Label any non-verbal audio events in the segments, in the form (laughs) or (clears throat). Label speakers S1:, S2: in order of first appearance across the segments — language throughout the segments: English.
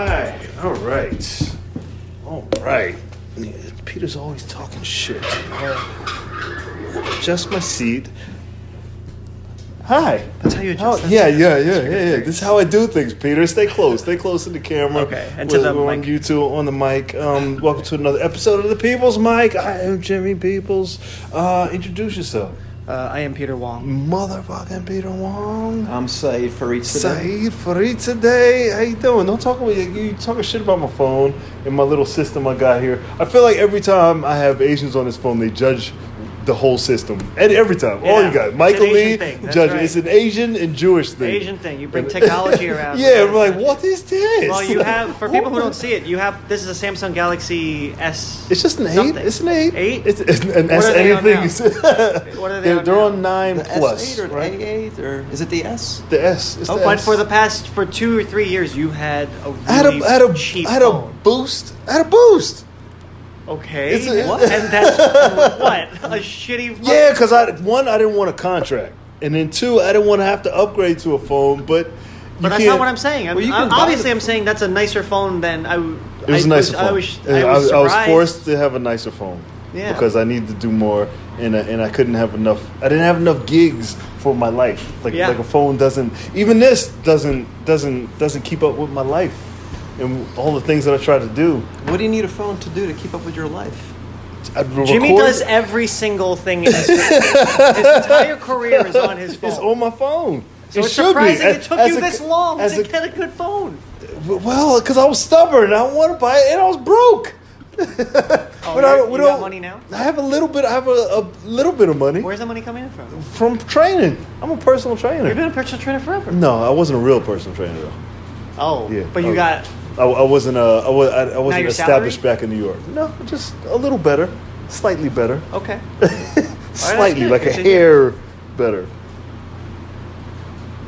S1: All right. All right. Yeah, Peter's always talking shit. Uh, adjust my seat. Hi.
S2: That's how you adjust.
S1: How,
S2: that's-
S1: Oh, yeah, yeah, yeah, yeah, yeah. This is how I do things, Peter. Stay close. Stay close to the camera.
S2: Okay, and to
S1: We're-
S2: the
S1: we're on
S2: mic.
S1: YouTube, on the mic. Um, welcome to another episode of the People's Mic. I am Jimmy Peoples. Uh, introduce yourself,
S2: Uh, I am Peter Wong.
S1: motherfucking Peter Wong.
S3: I'm Saeed Farid today.
S1: Saeed Farid today. How you doing? Don't talk about you. You talking shit about my phone and my little system I got here. I feel like every time I have Asians on this phone, they judge the whole system. And every time, all
S2: Yeah.
S1: you got,
S2: It's
S1: Michael
S2: an Asian
S1: Lee,
S2: thing. That's
S1: judge.
S2: right.
S1: It's an Asian and Jewish thing.
S2: Asian thing. You bring
S1: And- (laughs)
S2: technology around.
S1: yeah, I'm
S2: (laughs)
S1: like, what is this?
S2: Well, you have for people who don't see it, you have this is a Samsung Galaxy S.
S1: It's just an eight.
S2: something.
S1: It's an eight.
S2: Eight?
S1: It's, it's an
S2: What
S1: S
S2: are they on
S1: anything.
S2: now?
S1: It's-
S2: What are
S1: (laughs)
S2: they
S1: they're,
S2: on
S1: they're
S2: now?
S1: on nine
S3: The
S1: plus.
S3: S8 or the
S1: right?
S3: A8 or is it the S?
S1: The S. It's
S2: Oh,
S1: the
S2: but
S1: S.
S2: for the past for two or three years, you had a really
S1: I had a, I had a,
S2: cheap
S1: I had a
S2: phone.
S1: boost. I had a boost.
S2: Okay,
S1: It's a-
S2: what?
S1: (laughs)
S2: and that's what a shitty. phone.
S1: Yeah, because I one I didn't want a contract, and then two I didn't want to have to upgrade to a phone. But you
S2: But that's
S1: can't-
S2: not what I'm saying. I'm,
S3: Well, you can
S2: I'm-
S3: buy
S2: obviously,
S3: the-
S2: I'm saying that's a nicer phone than I. w-
S1: It was
S2: I
S1: a nicer phone.
S2: I was,
S1: And
S2: I was,
S1: I was
S2: surprised.
S1: forced to have a nicer phone
S2: Yeah.
S1: because I needed to do more, and I, and I couldn't have enough. I didn't have enough gigs for my life. Like
S2: Yeah.
S1: like a phone doesn't. Even this doesn't doesn't doesn't keep up with my life, and all the things that I try to do.
S3: What do you need a phone to do to keep up with your life?
S1: I re-
S2: Jimmy
S1: record-
S2: does every single thing
S1: (laughs)
S2: in his life. His entire career is on his phone.
S1: It's on my phone.
S2: so
S1: It
S2: it's
S1: should be.
S2: surprising it
S1: As-
S2: took
S1: as
S2: you
S1: a-
S2: this long
S1: as
S2: to
S1: a-
S2: get a good phone.
S1: Well, because I was stubborn. I want to buy it, and I was broke.
S2: Oh,
S1: But
S2: you're-
S1: I, don't- we
S2: you got
S1: don't-
S2: money now?
S1: I have a little bit. I have a, a little bit of money
S2: Where's the money coming in from?
S1: from training. I'm a personal
S2: You've
S1: trainer.
S2: been a personal trainer forever.
S1: No, I wasn't a real personal trainer though.
S2: Oh,
S1: Yeah,
S2: but you
S1: oh.
S2: got
S1: I, I wasn't. Uh, I was. I, I wasn't
S2: your
S1: established
S2: salary?
S1: back in New York. No, just a little better, slightly better,
S2: okay.
S1: slightly
S2: good.
S1: like a
S2: Continue.
S1: hair better.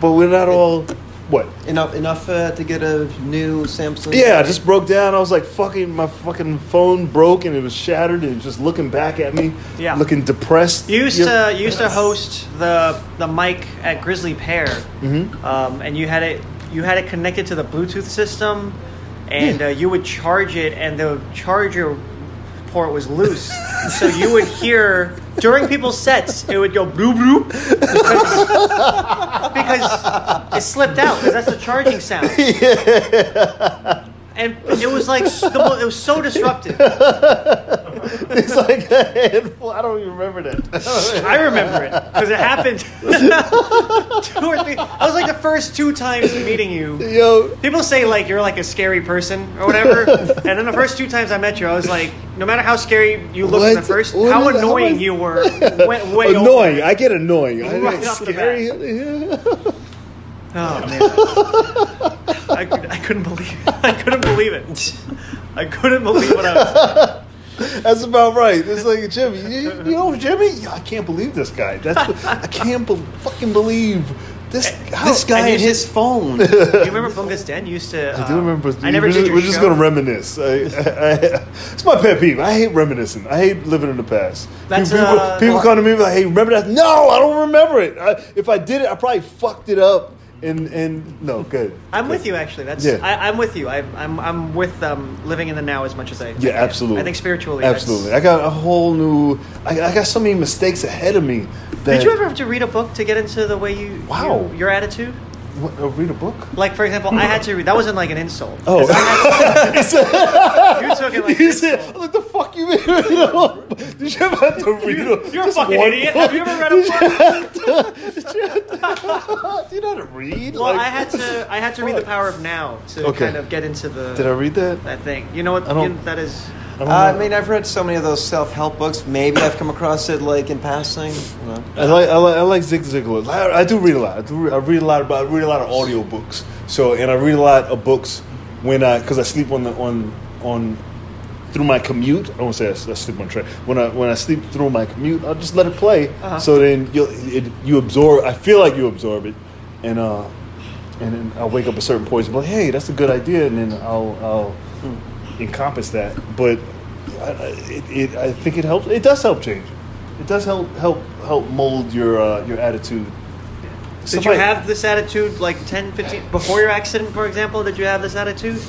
S1: But we're not all what.
S3: Enough, enough uh, to get a new Samsung.
S1: Yeah, I just broke down. I was like, fucking, my fucking phone broke and it was shattered and it was just looking back at me,
S2: Yeah.
S1: looking depressed.
S2: You used
S1: You're-
S2: to you used to host the the mic at Grizzly Pear, um, and you had it you had it connected to the Bluetooth system, and uh, you would charge it, and the charger port was loose, so you would hear during people's sets it would go bloop bloop because, because it slipped out because that's the charging sound. And it was like s- the, mo- it was so disruptive.
S1: (laughs) It's like a handful. I don't even remember
S2: (laughs)
S1: that.
S2: I remember it because it happened (laughs) two or three. I was like the first two times meeting you.
S1: Yo,
S2: People say like you're like a scary person or whatever, and then the first two times I met you, I was like, no matter how scary you looked in the
S1: What?
S2: first,
S1: What
S2: how
S1: is- how
S2: annoying
S1: is-
S2: you were went way
S1: annoying. I get annoying. I
S2: Right
S1: get
S2: off the
S1: scary.
S2: Over. Oh man, I, could, I couldn't believe it. I couldn't believe it. I couldn't believe what I was.
S1: (laughs) That's about right. It's like Jimmy. You, you know Jimmy? Yeah, I can't believe this guy. That's what-
S2: (laughs)
S1: I can't be- fucking believe this. How,
S3: This
S2: And
S3: guy
S2: you
S3: and
S2: should-
S3: his
S1: (laughs)
S3: phone.
S2: Do you remember Bungus Den? You used to. um,
S1: I do remember.
S2: I never
S1: we're
S2: did
S1: just,
S2: your
S1: we're just
S2: show.
S1: gonna reminisce. I, I, I- it's my pet peeve. I hate reminiscing. I hate living in the past.
S2: That's,
S1: people
S2: uh,
S1: people come to me like, "Hey, remember that?" No, I don't remember it. I, if I did it, I probably fucked it up. And and no, good.
S2: I'm
S1: Good.
S2: with you actually. That's
S1: Yeah.
S2: I, I'm with you. I, I'm I'm with um, living in the now as much as I.
S1: Yeah, absolutely.
S2: I think spiritually. that's-
S1: Absolutely. I got a whole new. I, I got so many mistakes ahead of me. That,
S2: Did you ever have to read a book to get into the way you?
S1: Wow.
S2: you- your attitude.
S1: What, uh, read a book? (laughs)
S2: Like for example, I had to read. That wasn't like an insult.
S1: Oh.
S2: You
S1: (laughs)
S2: took it like.
S1: you
S2: this.
S1: said, "What the fuck you mean?" read a book?" Did you ever have to read a?
S2: (laughs) You're a
S1: just
S2: fucking
S1: one
S2: idiot.
S1: book? (laughs)
S2: Have you ever read a book?
S1: Do you know how to read?
S2: Well,
S1: (laughs) Like-
S2: I had to. I had to read the power of now to
S1: Okay.
S2: kind of get into the.
S1: Did I read that?
S2: that thing? You know what?
S1: I don't-
S2: you- that is.
S1: I don't
S3: I
S1: know.
S3: mean, I've read so many of those self-help books. Maybe I've come across it like in passing. you know.
S1: I like I like, I like Zig Ziglar. I, I do read a lot. I, do re- I read a lot, but I read a lot of audio books. So and I read a lot of books when I because I sleep on the on on through my commute. I won't say I, s- I sleep on train. When I when I sleep through my commute, I'll just let it play. So then you it, you absorb. I feel like you absorb it, and uh and then I'll wake up at certain points and be like, hey, that's a good idea, and then I'll I'll encompass that. But I, I- it, it, I think it helps. It does help change. It does help help help mold your uh, your attitude.
S2: Did
S1: Somebody-
S2: you have this attitude like 10, 15 before your accident, for example? Did you have this attitude?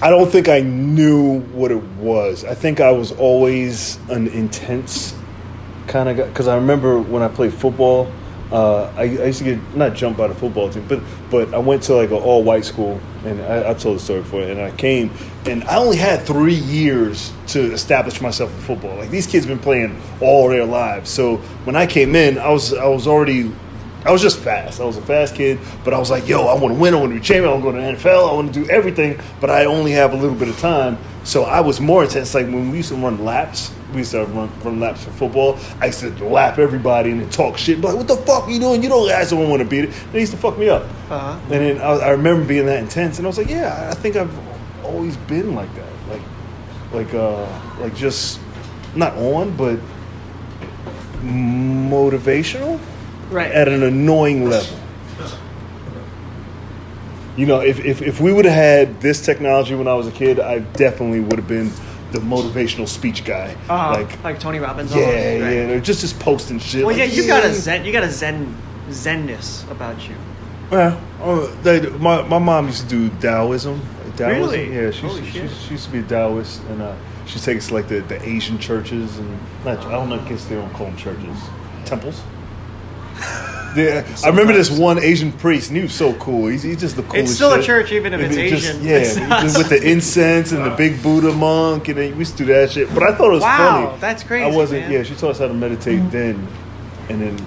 S1: I don't think I knew what it was. I think I was always an intense kind of guy because I remember when I played football, uh, I, I used to get not jumped by the football team, but but I went to like an all white school, and I, I told the story for it. And I came, and I only had three years to establish myself in football. Like these kids been playing all their lives, so when I came in, I was I was already. I was just fast. I was a fast kid, but I was like, yo, I want to win. I want to be champion. I want to go to the NFL. I want to do everything, but I only have a little bit of time. So I was more intense. Like when we used to run laps, we used to run, run laps for football. I used to lap everybody and then talk shit. Be Like, what the fuck are you doing? You don't guys don't want to beat it. They used to fuck me up.
S2: Uh-huh.
S1: And then I, I remember being that intense, and I was like, yeah, I think I've always been like that. Like, like, uh, like just not on, but motivational
S2: Right.
S1: at an annoying level. You know, if, if, if we would have had this technology when I was a kid, I definitely would have been the motivational speech guy.
S2: Uh,
S1: Like,
S2: like, Tony Robbins.
S1: yeah,
S2: almost,
S1: yeah,
S2: right?
S1: they're just just posting shit.
S2: Well,
S1: like,
S2: yeah, you got a zen, you got a zen, zenness about you.
S1: Well, uh, they, my my mom used to do Taoism. Taoism.
S2: Really?
S1: Yeah, she,
S2: Holy
S1: used- she,
S2: shit.
S1: used- she used to be a Taoist, and uh, she takes like the, the Asian churches and not, I don't know, I guess they don't call them churches, temples.
S2: (laughs)
S1: Yeah, I remember this one Asian priest, and he was so cool. He's, he's just the coolest.
S2: still a
S1: shit.
S2: church, even if
S1: And
S2: it's
S1: it just-
S2: Asian.
S1: yeah,
S2: It's not-
S1: just with the incense and the big Buddha monk, and then we used to do that shit. But I thought it was
S2: Wow,
S1: funny.
S2: that's crazy,
S1: I wasn't.
S2: man. Mm-hmm.
S1: Yeah, she taught us how to meditate then, and then,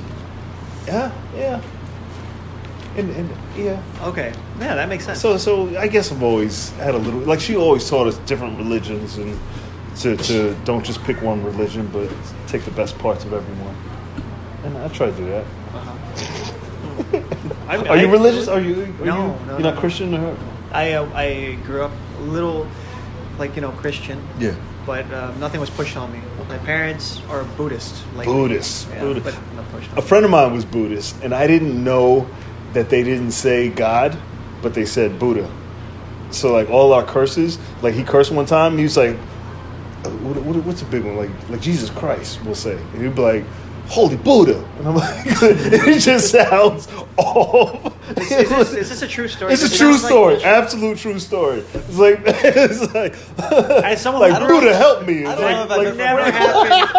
S1: yeah, yeah, and, and yeah.
S2: Okay, yeah, that makes sense.
S1: So, so I guess I've always had a little. Like she always taught us different religions and to, to don't just pick one religion, but take the best parts of everyone. And I try to do that.
S2: I,
S1: Are you religious? Are you? Are
S2: No,
S1: you,
S2: no,
S1: You're
S2: no,
S1: not
S2: no.
S1: Christian or?
S2: I uh, I grew up a little, like you know, Christian.
S1: Yeah.
S2: But uh, nothing was pushed on me. My parents are Buddhist. Like,
S1: Buddhist,
S2: Yeah,
S1: Buddhist.
S2: But not pushed on
S1: A
S2: me.
S1: friend of mine was Buddhist, and I didn't know that they didn't say God, but they said Buddha. So, like, all our curses, like, he cursed one time, he was like, uh, what, what, what's a big one? Like, like Jesus Christ, we'll say. And he'd be like, Holy Buddha. And I'm like, (laughs) it just sounds off.
S2: Is this, is this a true story?
S1: It's a
S2: It
S1: true
S2: sounds like-
S1: story, absolute true story. It's like, (laughs) it's like,
S2: As someone, I
S1: like
S2: don't
S1: Buddha,
S2: know-
S1: help me.
S3: I
S1: It's
S3: don't know
S1: like,
S3: if I've ever-
S1: like, (laughs)
S2: Never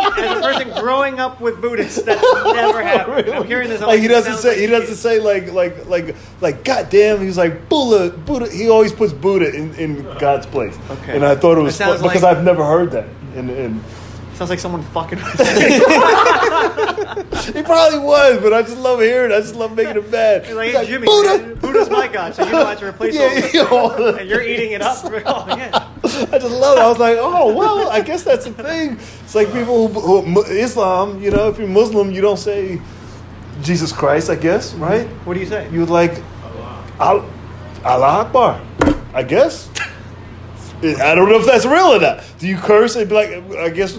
S2: happened. As a person growing up with Buddhists, that's
S1: (laughs)
S2: never happened. I'm hearing this. I'm
S1: Like he doesn't
S2: sounds
S1: say
S2: like
S1: he
S2: a
S1: doesn't
S2: kid.
S1: say like like like like goddamn. He's like Buddha Buddha. He always puts Buddha in, in God's place.
S2: Okay.
S1: And I thought it was
S2: That
S1: fu-
S2: sounds like-
S1: because I've never heard that. And, and
S2: Sounds like someone fucking with
S1: he probably was, but I just love hearing. it. I just love making it bad.
S2: You're like,
S1: He's
S2: hey,
S1: like,
S2: Jimmy, man,
S1: Buddha.
S2: Buddha's my god, so you don't have to replace all
S1: Yeah,
S2: this.
S1: yo.
S2: (laughs) And you're eating it up. Oh, yeah.
S1: I just love it. I was like, oh well, I guess that's a thing. It's like people who, who mu- Islam. You know, if you're Muslim, you don't say Jesus Christ. I guess right.
S2: What do you say?
S1: You would like Al- Allah Akbar, I guess. I don't know if that's real or not. Do you curse and be like? I guess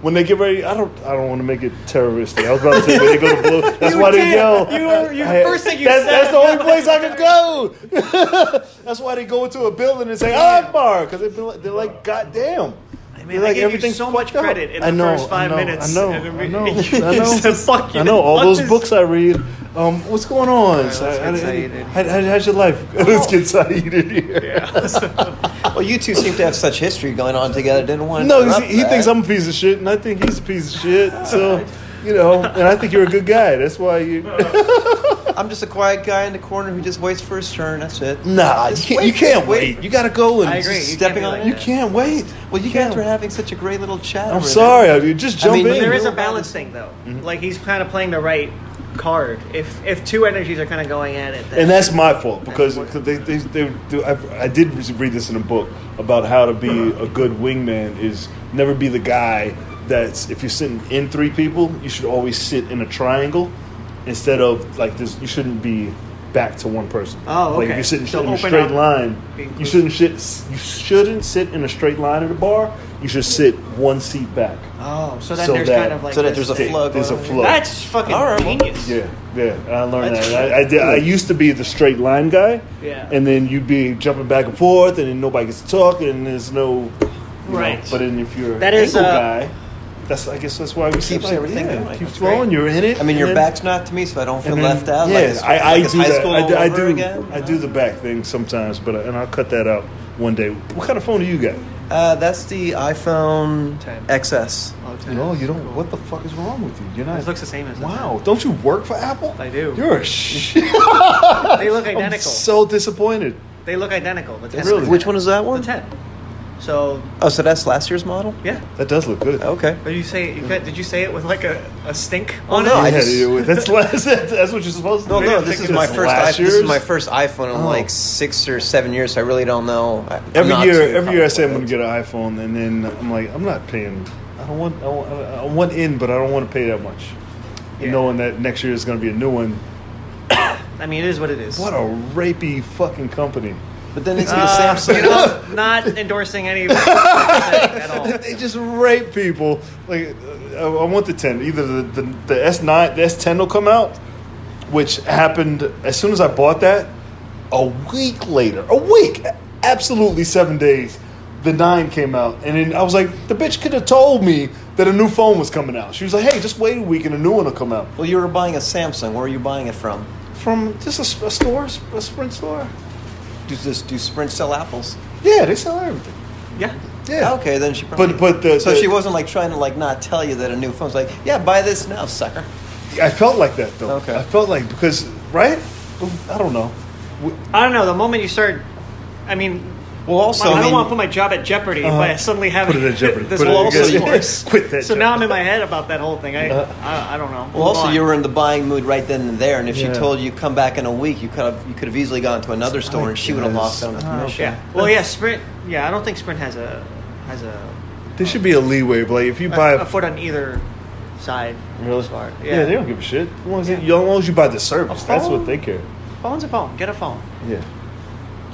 S1: when they get ready, I don't. I don't want to make it terroristic. I was about to say when they go to
S2: (laughs)
S1: blow. That's
S2: You
S1: why they
S2: did.
S1: yell.
S2: You were- you-
S1: I-
S2: first thing you
S1: that's,
S2: said.
S1: That's the only place I
S2: (laughs)
S1: could go. (laughs) that's why they go into a building and say Allah Akbar because they be like, they're like, God damn.
S2: I
S1: They're
S2: mean, like, everything
S1: everything's
S2: so much
S1: fucked up.
S2: credit in the
S1: I know,
S2: first five
S1: I know,
S2: minutes.
S1: I
S2: (laughs)
S1: know,
S2: and then
S1: I
S2: we-
S1: know,
S2: you
S1: I know.
S2: said, "Fuck you,
S1: I know all
S2: fuck
S1: those
S2: this." (laughs)
S1: books I read. Um, what's going on?
S2: right, let's
S1: So,
S2: get
S1: how-
S2: Saeed.
S1: how- how- how's your life? (laughs) Let's get Saeed in here. Oh,
S3: Well, you two seem to have such history going on together. Didn't want to
S1: No,
S3: interrupt
S1: he, he
S3: that.
S1: thinks I'm a piece of shit, and I think he's a piece of
S2: (laughs)
S1: shit. So, you know, and I think you're a good guy. That's why you.
S3: I'm just a quiet guy in the corner who just waits for his turn. That's it.
S1: (laughs) Nah, you
S3: Just
S1: can't, you
S3: wait,
S1: can't
S3: just wait.
S1: wait. You gotta go and.
S2: I agree.
S1: just-
S2: You
S3: stepping
S2: can't be
S3: on-
S2: like
S1: You
S2: that.
S1: can't wait.
S3: Well, you guys were having such a great little chat.
S1: I'm
S3: over
S1: sorry.
S3: there.
S1: I mean, just jump
S3: I mean,
S1: in.
S3: you
S2: There is
S1: (laughs)
S2: a
S3: Real
S2: balance thing, though.
S1: Mm-hmm.
S2: Like he's kind of playing the right card. If if two energies are kind of going at it, then
S1: and that's my fault because they, they, they, they, I, I did read this in a book about how to be a good wingman is never be the guy that's if you're sitting in three people you should always sit in a triangle instead of like this you shouldn't be back to one person
S2: Oh,
S1: like if
S2: okay.
S1: you're sitting
S2: So
S1: in a
S2: open
S1: straight
S2: up,
S1: line
S2: be
S1: you shouldn't sit you shouldn't sit in a straight line at a bar you should sit one seat back
S2: oh, so then
S1: So
S2: there's
S1: that-
S2: kind of like
S3: so that
S2: this
S3: there's a
S2: thing.
S3: flow. Plug
S1: there's a
S3: on.
S1: flow
S2: That's fucking
S3: All right, well,
S2: genius.
S1: yeah, yeah, I learned
S3: That's
S1: that.
S3: cool.
S1: I, I did. I used to be the straight line guy.
S2: Yeah.
S1: And then you'd be jumping back and forth, and then nobody gets to talk, and there's no. you know,
S2: Right.
S1: but then if you're
S2: That
S1: an
S2: is,
S1: angle
S2: uh,
S1: guy, that's I guess that's why we keep
S3: Keeps everything going.
S1: Yeah, keeps
S3: That's
S1: flowing.
S3: great.
S1: You're in
S3: I
S1: it.
S3: mean,
S1: and
S3: your
S1: then-
S3: back's not to me, so I don't feel
S1: and then-
S3: left out.
S1: Yeah,
S3: like it's-
S1: I, I
S3: like it's
S1: do
S3: high
S1: that.
S3: school
S1: I, do- I
S3: all over
S1: do.
S3: again.
S1: I do the back thing sometimes, but I- and I'll cut that out one day. What kind of phone do you got?
S3: Uh, that's the iPhone
S2: Ten.
S3: XS.
S2: Okay.
S1: No, you don't. What the fuck is wrong with you? You're not.
S2: Oh, It looks the same as it?
S1: Wow, don't you work for Apple?
S2: I do.
S1: You're a (laughs) shit.
S2: They look
S1: I'm
S2: identical.
S1: so disappointed.
S2: they look identical. The 10
S1: Really?
S3: Which one is that
S2: The
S3: one?
S2: 10. So,
S3: Oh, so that's last year's model.
S2: yeah.
S1: That does look good.
S3: Okay.
S2: But you say you got, did you say it with like a, a stink
S3: Oh,
S2: on
S3: no,
S2: it?
S3: I
S1: Yeah,
S3: just- (laughs)
S1: you- (laughs) that's, last, that's what you're supposed to
S3: No,
S1: do.
S3: no,
S1: I
S3: this is
S1: think it's
S3: my first.
S1: last
S3: I, this is
S1: year's.
S3: my first iPhone in
S1: Oh.
S3: like six or seven years. So I really don't know. I- I'm
S1: Every
S3: not
S1: year,
S3: too
S1: every year I say I'm going to
S3: comfortable
S1: get an iPhone, and then I'm like, I'm not paying. I don't want. I want, I want in, but I don't want to pay that much.
S2: Yeah.
S1: Knowing that next year is going to be a new one.
S2: I mean, it is what it is.
S1: What a rapey fucking company!
S3: with it. But then it's gonna
S2: (laughs) Uh,
S3: Samsung.
S2: you know, not endorsing any of what you're saying at all.
S1: They just rape people. Like, uh, I, I want the ten. Either the the, the S nine, the S ten will come out, which happened as soon as I bought that. A week later, a week, absolutely seven days. The nine came out, and then I was like, the bitch could have told me that a new phone was coming out. She was like, hey, just wait a week and a new one will come out
S3: Well, you were buying a Samsung. Where are you buying it from?
S1: from just a s- a, store, a Sprint store.
S3: Do this? Do Sprint sell apples?
S1: Yeah, they sell everything.
S2: Yeah.
S1: (laughs) Yeah,
S3: Okay, then she. Probably,
S1: But but the,
S3: so
S1: the-
S3: she wasn't like trying to like not tell you that a new phone's like, yeah, buy this now, sucker.
S1: I felt like that though.
S3: Okay.
S1: I felt like because right, I don't know. W-
S2: I don't know. The moment you start, I mean,
S3: Well, also,
S2: I don't
S3: I mean-
S2: want to put my job at jeopardy by suddenly having
S1: Uh, Put
S2: (laughs)
S1: it in jeopardy.
S2: this
S1: Put it
S2: whole
S1: in jeopardy.
S2: course.
S1: (laughs) Quit that
S2: So
S1: job. Uh,
S2: now I'm in my head about that whole thing. I I, I don't know.
S3: Well,
S2: Move
S3: also
S2: on.
S3: you were in the buying mood right then and there, and if
S1: Yeah.
S3: she told you come back in a week, you could have you could have easily gone to another store, and she would have lost out on the
S1: Ah,
S3: commission.
S2: Yeah. Well, yeah. Sprint. Yeah, I don't think Sprint has a has a
S1: There should be a leeway, but like if you
S2: a,
S1: buy
S2: a foot on either side.
S1: really
S2: Smart.
S1: yeah.
S2: Yeah.
S1: they don't give a shit. As long as, you, as long as you buy the service,
S2: A
S1: that's what
S2: phone?
S1: they care.
S2: Phone's a phone. Get a phone.
S1: Yeah.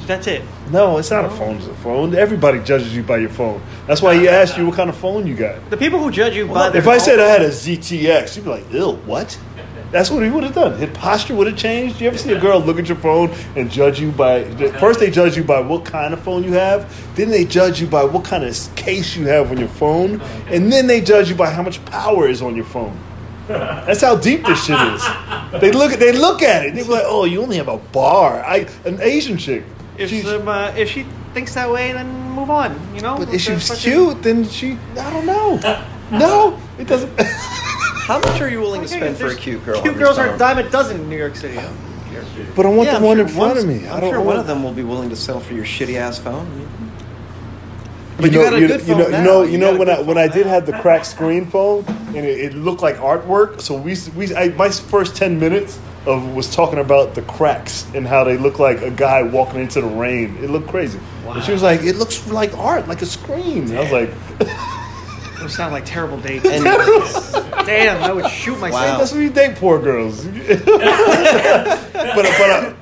S2: That's it.
S1: No, it's not a phone. It's a phone. Everybody judges you by your phone. That's why he asked you what kind of phone you got.
S2: The people who judge you by their
S1: If I
S2: phone-
S1: said I had a ZTX, you'd be like, "Ew, what?" That's what he would have done. His posture would have changed. You ever see a girl look at your phone and judge you by? First, they judge you by what kind of phone you have. Then they judge you by what kind of case you have on your phone, and then they judge you by how much power is on your phone. That's how deep this shit
S2: (laughs)
S1: is. They look at they look at it. They're like, "Oh, you only have a bar." I an Asian chick.
S2: if
S1: she's-
S2: she, uh, if she thinks that way, then move on. You know.
S1: but if
S2: It's a
S1: she's
S2: fucking-
S1: cute, then she. I don't
S2: (laughs)
S1: know. No, it doesn't.
S3: How much are you willing to
S2: Okay,
S3: spend for a
S2: there's-
S3: cute girl?
S2: Cute
S3: on your
S2: girls are
S3: phone?
S2: a dime a dozen in New York City.
S1: But I want
S3: Yeah,
S1: the
S3: I'm
S1: one
S3: sure
S1: in front
S3: one's-
S1: of me. I
S3: I'm
S1: don't
S3: sure one
S1: want-
S3: of them will be willing to sell for your shitty ass phone.
S1: But
S3: you got a good phone
S1: know,
S3: now.
S1: you know,
S3: You
S1: you know
S3: got a
S1: when
S3: good
S1: I when I
S3: phone
S1: did
S3: now.
S1: have the cracked screen phone, and it, it looked like artwork. So we s- we I, my first ten minutes of was talking about the cracks and how they look like a guy walking into the rain. It looked crazy. And she was like, "It looks like art, like a screen." And I was like,
S2: Those sound like terrible dates.
S3: (laughs) And
S2: (laughs) Damn, I would shoot myself.
S1: "That's what you date poor girls." (laughs) but but I,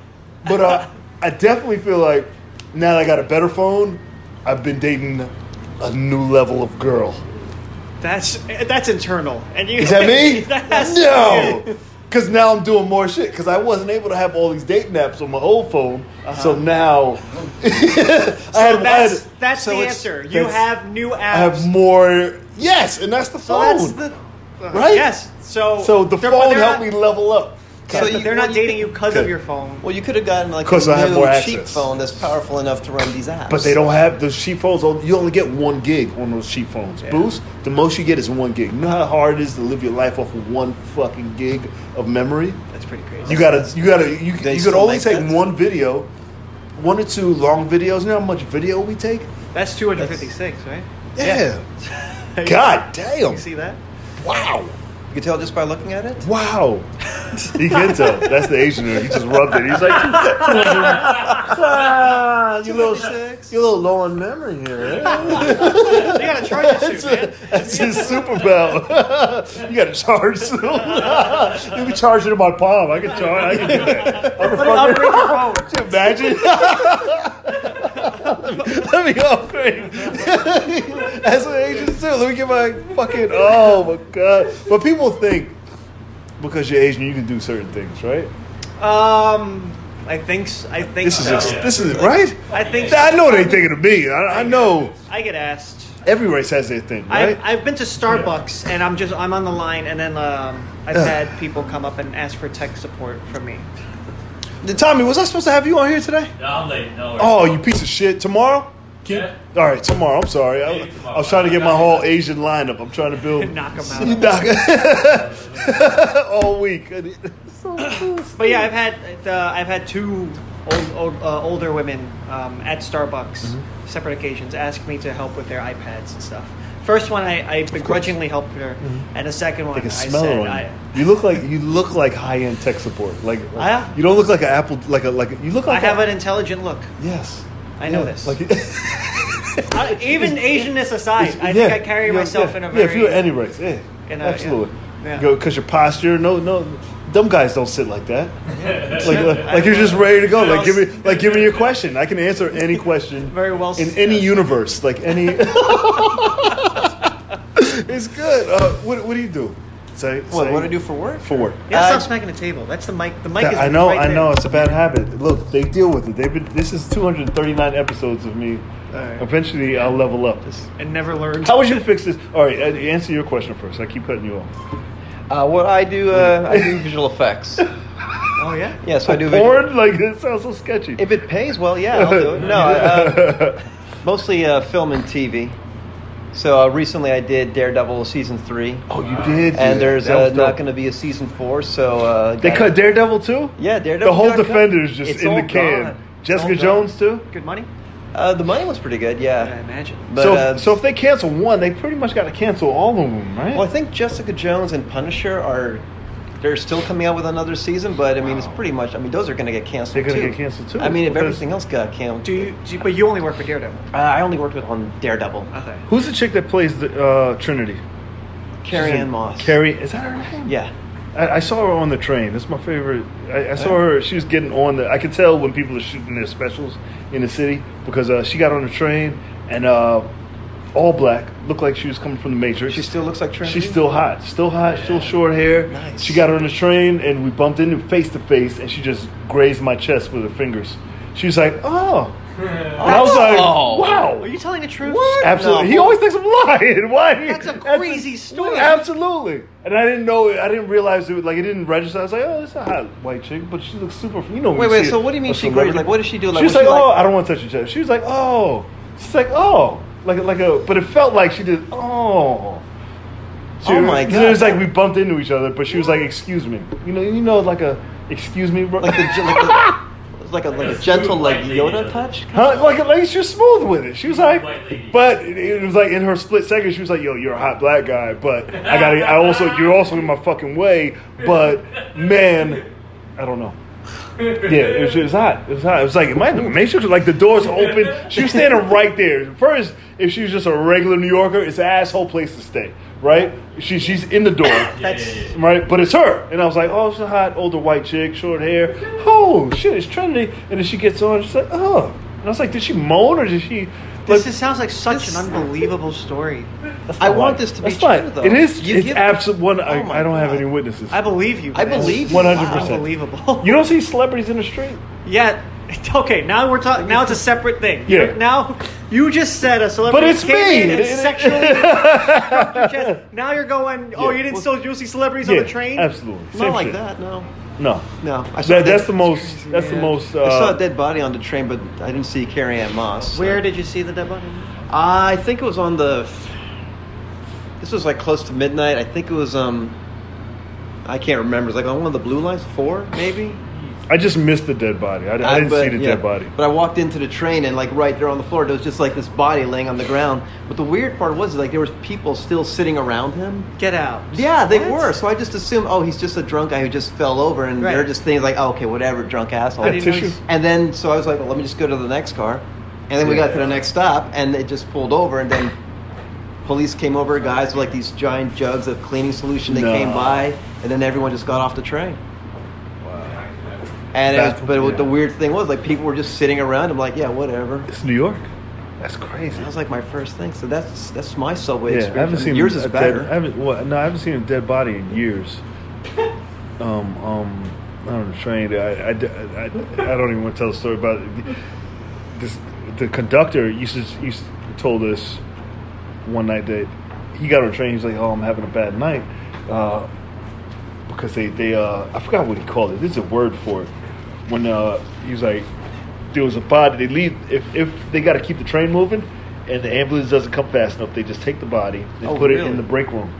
S1: but I, I definitely feel like now that I got a better phone, I've been dating a new level of girl.
S2: That's that's internal. And you
S1: Is
S2: (laughs)
S1: that me?
S2: That's-
S1: no. Because now I'm doing more shit. Because I wasn't able to have all these date naps on my old phone. So now (laughs) I, had, I, had,
S2: Uh-huh. That's, that's
S3: So
S2: the
S3: it's-
S2: answer. You
S1: that's-
S2: have new apps.
S1: I have more. Yes, and that's the
S2: so
S1: phone.
S2: that's the uh,
S1: Right?
S2: Yes. So
S1: so the
S2: they're- but
S1: phone
S2: they're
S1: helped
S2: not-
S1: me level up.
S3: So
S2: (laughs) but
S3: you-
S2: they're not
S3: well, you
S2: dating you
S3: could-
S2: because
S1: Good.
S2: of your phone.
S3: Well, you could have gotten like a
S1: 'Course
S3: new
S1: I have more
S3: cheap
S1: access.
S3: phone that's powerful enough to run these apps.
S1: But they don't have those cheap phones. on- You only get one gig on those cheap phones.
S2: Yeah.
S1: Boost, the most you get is one gig. You know how hard it is to live your life off of one fucking gig of memory?
S2: That's pretty crazy.
S1: You gotta, you gotta, you,
S3: They
S1: you could
S3: still
S1: only
S3: make
S1: take
S3: that?
S1: one video, one or two long videos. You know how much video we take?
S2: that's 256, right?
S1: Yeah.
S3: (laughs)
S1: God damn.
S2: You see
S1: (laughs)
S2: that?
S1: Wow.
S3: You could tell just by looking at it. (laughs)
S1: Wow. he can tell. That's the Asian. in him. He just rubbed it.
S3: (laughs)
S1: He's like, (laughs) ah, you little, you little low on memory
S3: (laughs)
S1: here. eh?
S2: You got to charge this suit, man.
S1: That's his superpower. (laughs) you got to charge soon. (laughs) you can charge it in my palm. I can charge. I can do that. I'm a
S2: Put it
S1: fucking-
S2: on
S1: (laughs)
S2: your phone.
S1: Imagine. (laughs) let me upgrade. (laughs) That's what Asians do. Let me get my fucking. Oh my god! But people think because you're Asian, you can do certain things, right?
S2: Um, I think s- I think
S1: This is
S2: so.
S1: ex- this is right.
S2: I think
S1: I know they thinking of me. I, I know
S2: I get asked.
S1: every race has their thing, right?
S2: I've, I've been to Starbucks and I'm just I'm on the line and then um, I've had people come up and ask for tech support from me.
S1: Tommy, was I supposed to have you on here today?
S4: No, I'm late. No worries.
S1: (laughs) Oh, you piece of shit! Tomorrow? Can you- all right, tomorrow. I'm sorry. I, I was trying to get my whole Asian lineup. I'm trying to build
S2: (laughs)
S1: (laughs)
S2: Knock 'em out.
S1: Knock- (laughs) all week.
S2: But yeah, I've had the, I've had two old, old, uh, older women um, at Starbucks,
S1: Mm-hmm.
S2: separate occasions, ask me to help with their iPads and stuff. First one, I, I begrudgingly helped her, and the second one,
S1: Mm-hmm. Like
S2: I
S1: a smeller
S2: said,
S1: on
S2: I,
S1: you. You look like you look like high end tech support. Like
S2: Yeah.
S1: you don't look like an Apple. Like a like a- you look
S2: I
S1: like
S2: have
S1: a,
S2: an intelligent look.
S1: yes.
S2: I know
S1: Yeah,
S2: this.
S1: Like (laughs)
S2: I, even Asianness aside, I
S1: Yeah,
S2: think I carry
S1: yeah,
S2: myself
S1: yeah.
S2: in a
S1: yeah. If
S2: very
S1: you're any race, yeah,
S2: in a-
S1: absolutely.
S2: yeah, yeah.
S1: Go because your posture. No, no, dumb guys don't sit like
S2: (laughs)
S1: that. like, like,
S2: I-
S1: you're just ready to go.
S2: Who
S1: Like
S2: (laughs)
S1: give me,
S2: else?
S1: like give me your question. I can answer any question.
S2: Very well
S1: in
S2: said.
S1: any universe, like
S2: (laughs)
S1: any. (laughs) it's good. Uh, what, what do you do? Say,
S3: What,
S1: say-
S3: what I do for work?
S1: for work.
S2: yeah,
S3: Uh,
S2: stop smacking the table. That's the mic. The mic is.
S1: I know,
S2: right
S1: I
S2: there.
S1: know. It's a bad habit. Look, they deal with it. They've been. This is 239 episodes of me.
S2: Alright.
S1: Eventually, I'll level up.
S2: And never learned.
S1: How would you fix this? All right, uh, answer your question first. I keep cutting you off.
S4: Uh, what I do, uh, I
S1: (laughs)
S4: do visual effects.
S2: Oh yeah.
S4: Yeah, so I do. Visual,
S1: Porn? Like it sounds so sketchy.
S4: if it pays well, yeah, I'll do it. No, uh,
S1: (laughs)
S4: mostly uh, film and TV. So uh, recently, I did Daredevil season three,
S1: oh, you did. do that.
S4: and there's
S1: That
S4: uh,
S1: was
S4: not
S1: dope.
S4: going to be a season four. So uh,
S1: They
S4: gotta-
S1: cut Daredevil too.
S4: Yeah, Daredevil.
S1: The whole
S4: got cut.
S1: Defenders just
S4: It's
S1: in the
S4: all
S1: can.
S4: gone.
S1: Jessica
S4: It's all gone.
S1: Jones too.
S2: Good money.
S4: Uh, the money was pretty good. Yeah.
S2: I imagine.
S4: But,
S1: so,
S4: uh,
S1: so if they cancel one, they pretty much got to cancel all of them, right?
S4: Well, I think Jessica Jones and Punisher are they're still coming out with another season, but I mean it's pretty much. I mean those are going to get canceled.
S1: They're gonna
S4: too.
S1: get canceled, too,
S4: I mean if
S1: because-
S4: everything else got canceled.
S2: Do you? Do you- but you only work for Daredevil.
S4: Uh, I only worked with on Daredevil.
S2: Okay.
S1: Who's the chick that plays the uh, Trinity?
S4: Carrie
S1: She's in-
S4: Ann Moss.
S1: Carrie, is that her name?
S4: Yeah.
S1: I, I saw her on the train. That's my favorite. I, I saw her. She was getting on the. I could tell when people are shooting their specials in the city because uh, she got on the train and uh, all black looked like she was coming from the Matrix.
S4: She still looks like Trinity.
S1: She's still hot, still hot, still short hair.
S4: Nice.
S1: She got on the train and we bumped into face to face, and she just grazed my chest with her fingers. She was like, "Oh," and I was like,
S4: Oh.
S1: "Wow."
S2: Are you telling the truth?
S1: Absolutely.
S4: No.
S1: He always thinks I'm lying. (laughs) Why?
S2: That's a crazy story.
S1: Absolutely. And I didn't know. I didn't realize it. was- Like it didn't register. I was like, oh, it's a hot white chick, but she looks super. You know. when
S4: Wait,
S1: you
S4: wait,
S1: see
S4: so
S1: a-
S4: what do you mean
S1: a
S4: she grazed?
S1: celebrity-
S4: Like, what did she do? Like,
S1: she was
S4: was
S1: like,
S4: she
S1: oh,
S4: like-
S1: I don't want to touch your chest. She was like, oh. She's like, oh, like like a. But it felt like she did. Oh. She,
S4: Oh my
S1: It was
S4: God.
S1: like we bumped into each other, but she was like, excuse me. You know, you know, like a. Excuse me, bro.
S4: Like the
S1: (laughs)
S4: ge- like the, like a like a
S5: a
S4: gentle
S5: smooth
S4: like
S5: white lady,
S4: Yoda
S5: uh,
S4: touch.
S1: Huh? Like, like she was smooth with it. She was like,
S5: White lady.
S1: but it- it was like in her split second, she was like, "Yo, you're a hot black guy, but I got, to I also, you're also in my fucking way, but man, I don't know." Yeah, it was, it was hot. It was hot. It was like, am I in the Matrix? Like the doors open. She was standing right there. First, if she was just a regular New Yorker, it's an asshole place to stay, right? She, she's in the door.
S2: That's
S1: Right, but it's her, and I was like, "Oh, she's a hot older white chick, short hair. Oh shit, it's trendy." And then she gets on, she's like, "Oh," and I was like, "Did she moan or did she?"
S2: This
S1: like-
S2: is, sounds like such an unbelievable story.
S1: That's
S4: I
S1: not
S4: want
S1: why.
S4: this to be
S1: That's fine.
S4: true, though.
S1: It is.
S4: You
S1: it's
S4: give-
S1: absolute one. I,
S4: Oh my
S1: I don't have
S4: God.
S1: any witnesses.
S2: I believe you.
S4: I
S2: man.
S4: believe you.
S1: One hundred percent.
S2: Unbelievable.
S1: You don't see celebrities in the street.
S2: yeah. (laughs) Okay. Now we're talking. Now it's a separate thing.
S1: Yeah.
S2: Now you just said a celebrity
S1: But it's
S2: came
S1: me.
S2: in
S1: (laughs)
S2: and
S1: It- it-
S2: sexually. (laughs) rubbed your chest. Now you're going. Oh,
S1: Yeah.
S2: you didn't still you see celebrities
S1: yeah,
S2: on the train.
S1: Absolutely. Same
S4: Not like
S1: shit.
S4: that. No.
S1: No.
S4: No. I
S1: That,
S4: saw that-
S1: that's the most. That's the
S2: Yeah.
S1: most.
S4: I saw a
S1: Uh,
S4: dead body on the train, but I didn't see Carrie Ann Moss. so-
S2: Where did you see the dead body?
S4: I think it was on the. This was like close to midnight. I think it was um. I can't remember. It's like on one of the blue lines, four maybe.
S1: I just missed the dead body. I, I didn't
S4: but-
S1: see the
S4: yeah.
S1: dead body.
S4: But I walked into the train and like right there on the floor, there was just like this body laying on the ground. But the weird part was like there was people still sitting around him.
S2: Get out.
S4: Yeah, they
S2: What?
S4: were. So I just assumed, oh, he's just a drunk guy who just fell over, and
S2: Right.
S4: they're just things like, oh, okay, whatever, drunk asshole.
S2: How do you know
S1: Tissue.
S2: he's-
S4: And then, so I was like, well, let me just go to the next car. And then we got to the next stop, and it just pulled over, and then police came over, guys with like these giant jugs of cleaning solution. They
S1: No.
S4: came by, and then everyone just got off the train. And it
S1: That's-
S4: was, but what the
S1: yeah.
S4: weird thing was, like, people were just sitting around. I'm like, yeah, whatever.
S1: It's New York. That's crazy.
S4: That was like my first thing. So that's that's my subway
S1: Yeah,
S4: experience.
S1: I haven't
S4: mean,
S1: seen
S4: yours is
S1: a
S4: better.
S1: Dead, I haven't, well, no, I haven't seen a dead body in
S4: (laughs)
S1: years. um, um, not on the train. I, I, I, I don't even want to tell the story about it. This, the conductor used to, used to- told us one night that he got on the train. He's like, "Oh, I'm having a bad night," uh, because they they uh, I forgot what he called it. This is a word for it. When uh, he was like, there was a body, they leave if, if they got to keep the train moving, and the ambulance doesn't come fast enough, they just take the body and
S2: Oh,
S1: put it
S2: really?
S1: in the break room.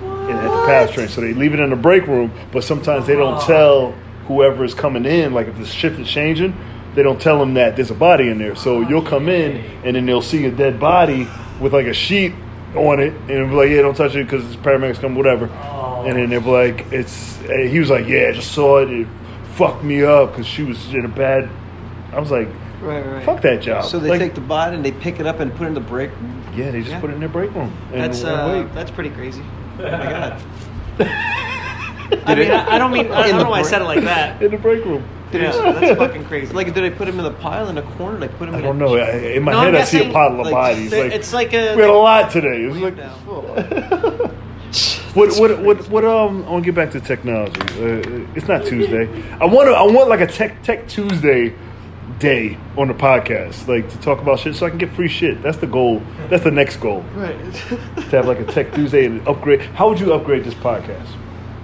S1: And at the pass train, so they leave it in the break room. But sometimes they don't tell whoever is coming in, like if the shift is changing, they don't tell them that there's a body in there. So you'll come in and then they'll see a dead body with like a sheet on it, and they'll be like, "Yeah, don't touch it because paramedics come, whatever." And then they're like, "It's," and he was like, "Yeah, I just saw it. It fucked me up because she was in a bad." I was like,
S4: Right, right.
S1: "Fuck that job."
S4: So they
S1: Like,
S4: take the body and they pick it up and put it in the brick.
S1: yeah, they just
S4: Yeah.
S1: put it in their break room. And,
S2: That's
S1: and
S2: uh,
S1: wait.
S2: that's pretty crazy.
S4: Oh my god.
S2: I mean, I, I don't mean I, I
S4: (laughs) In
S2: don't
S4: the
S2: know why I
S4: bra-
S2: said it like
S4: (laughs)
S2: that.
S1: in the break room.
S2: Yeah, that's fucking crazy.
S4: Like, did they put him in the pile in a corner? Like, put him
S1: I
S4: in
S1: don't
S4: a
S1: know. I- In my
S2: No,
S1: head,
S2: I'm
S1: I see a
S2: guessing,
S1: pile of
S4: like,
S1: bodies. Like,
S2: it's like a
S1: we had a lot today. It was (laughs) like,
S2: down.
S1: what, what, what, what? Um, I want to get back to technology. Uh, it's not Tuesday. I want to. I want like a tech tech Tuesday day on the podcast, like to talk about shit, so I can get free shit. That's the goal. That's the next goal. Right. to have like a tech Tuesday and upgrade. How would you upgrade this podcast?
S2: (laughs)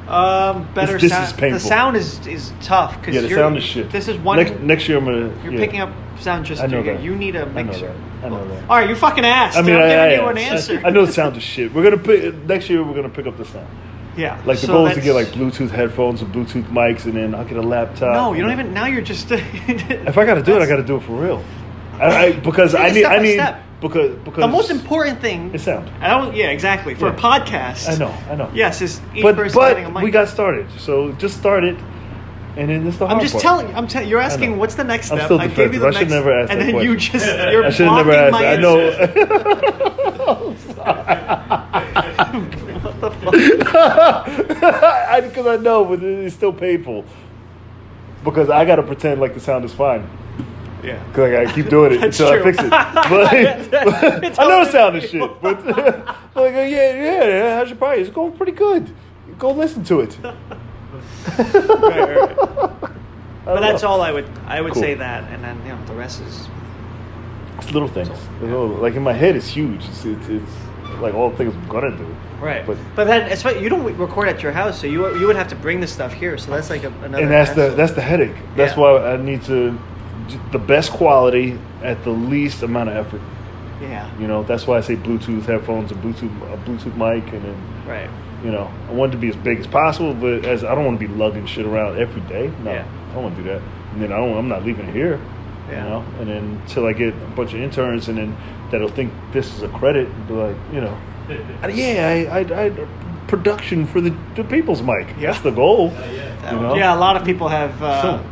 S2: Um, better
S1: this
S2: sound.
S1: is painful.
S2: The sound is is tough because
S1: Yeah, the sound is shit.
S2: This is one.
S1: Next, next year, I'm gonna.
S2: you're
S1: yeah.
S2: picking up sound just
S1: I know
S2: through here.
S1: that.
S2: You need a
S1: I know
S2: mixer.
S1: that. I know that.
S2: All right, you fucking asked.
S1: I mean,
S2: I'm
S1: I,
S2: giving
S1: I,
S2: you an
S1: I-
S2: answer.
S1: (laughs) I know the sound is shit. We're gonna pick next year. We're gonna pick up the sound.
S2: yeah.
S1: Like the
S2: so
S1: goal is to
S2: that's-
S1: get like Bluetooth headphones and Bluetooth mics, and then I'll get a laptop. (laughs)
S2: No, you don't
S1: and-
S2: even. Now you're just.
S1: If I gotta do it, I gotta do it for real. I, I because I
S2: Take it
S1: need
S2: step
S1: I
S2: by
S1: need
S2: step.
S1: because because
S2: the most important thing.
S1: It's sound.
S2: I don't. Yeah, exactly. For
S1: Yeah.
S2: a podcast.
S1: I know, I know.
S2: Yes, is each
S1: But
S2: person
S1: but
S2: getting a mic.
S1: we got started, so just start it, and then it's the hard
S2: I'm just
S1: part.
S2: telling. I'm telling. You're asking.
S1: know.
S2: What's the next
S1: I'm
S2: step?
S1: still
S2: I gave
S1: defensive.
S2: you the
S1: I should
S2: next,
S1: never ask
S2: And
S1: that
S2: then you
S1: question.
S2: just.
S1: (laughs)
S2: You're
S1: I should have never
S2: blocking
S1: asked.
S2: my
S1: I
S2: (laughs) answer.
S1: know.
S2: what the fuck?
S1: Because (laughs) I, know, but it's still painful. Because I gotta pretend like the sound is fine.
S2: Yeah.
S1: Because I gotta keep doing it
S2: (laughs) That's
S1: until I
S2: true.
S1: fix it. But, (laughs)
S2: It's
S1: I know it
S2: always
S1: sounded
S2: painful.
S1: shit, (laughs) but like yeah, yeah, yeah, how's your party? It's going pretty good. Go listen to
S2: (laughs)
S1: it.
S2: Right, right, right. But that's all I would. I would
S1: Oh. Cool.
S2: say that, and then you know the rest is.
S1: It's little things. The little- like in my head, it's huge. It's, it's, it's like all the things I'm gonna do.
S2: Right,
S1: But
S2: but, then it's what you don't record at your house, so you you would have to bring this stuff here. So that's like a, another.
S1: and that's the
S2: hassle.
S1: that's the headache. That's
S2: Yeah.
S1: why I need to j- the best quality at the least amount of effort.
S2: yeah,
S1: You know, that's why I say Bluetooth headphones and Bluetooth a Bluetooth mic, and then
S2: right.
S1: you know I want it to be as big as possible, but as I don't want to be lugging shit around every day. No,
S2: Yeah.
S1: I don't want to do that. And then I don't, I'm not leaving it here.
S2: Yeah.
S1: You know, and then till I get a bunch of interns, and then that'll think this is a credit, and be like, you
S2: (laughs)
S1: know, "Uh, yeah, I, I, I production for the, the people's mic.
S2: Yeah.
S1: That's the goal. you know?
S2: Yeah, a lot of people have uh,
S1: So-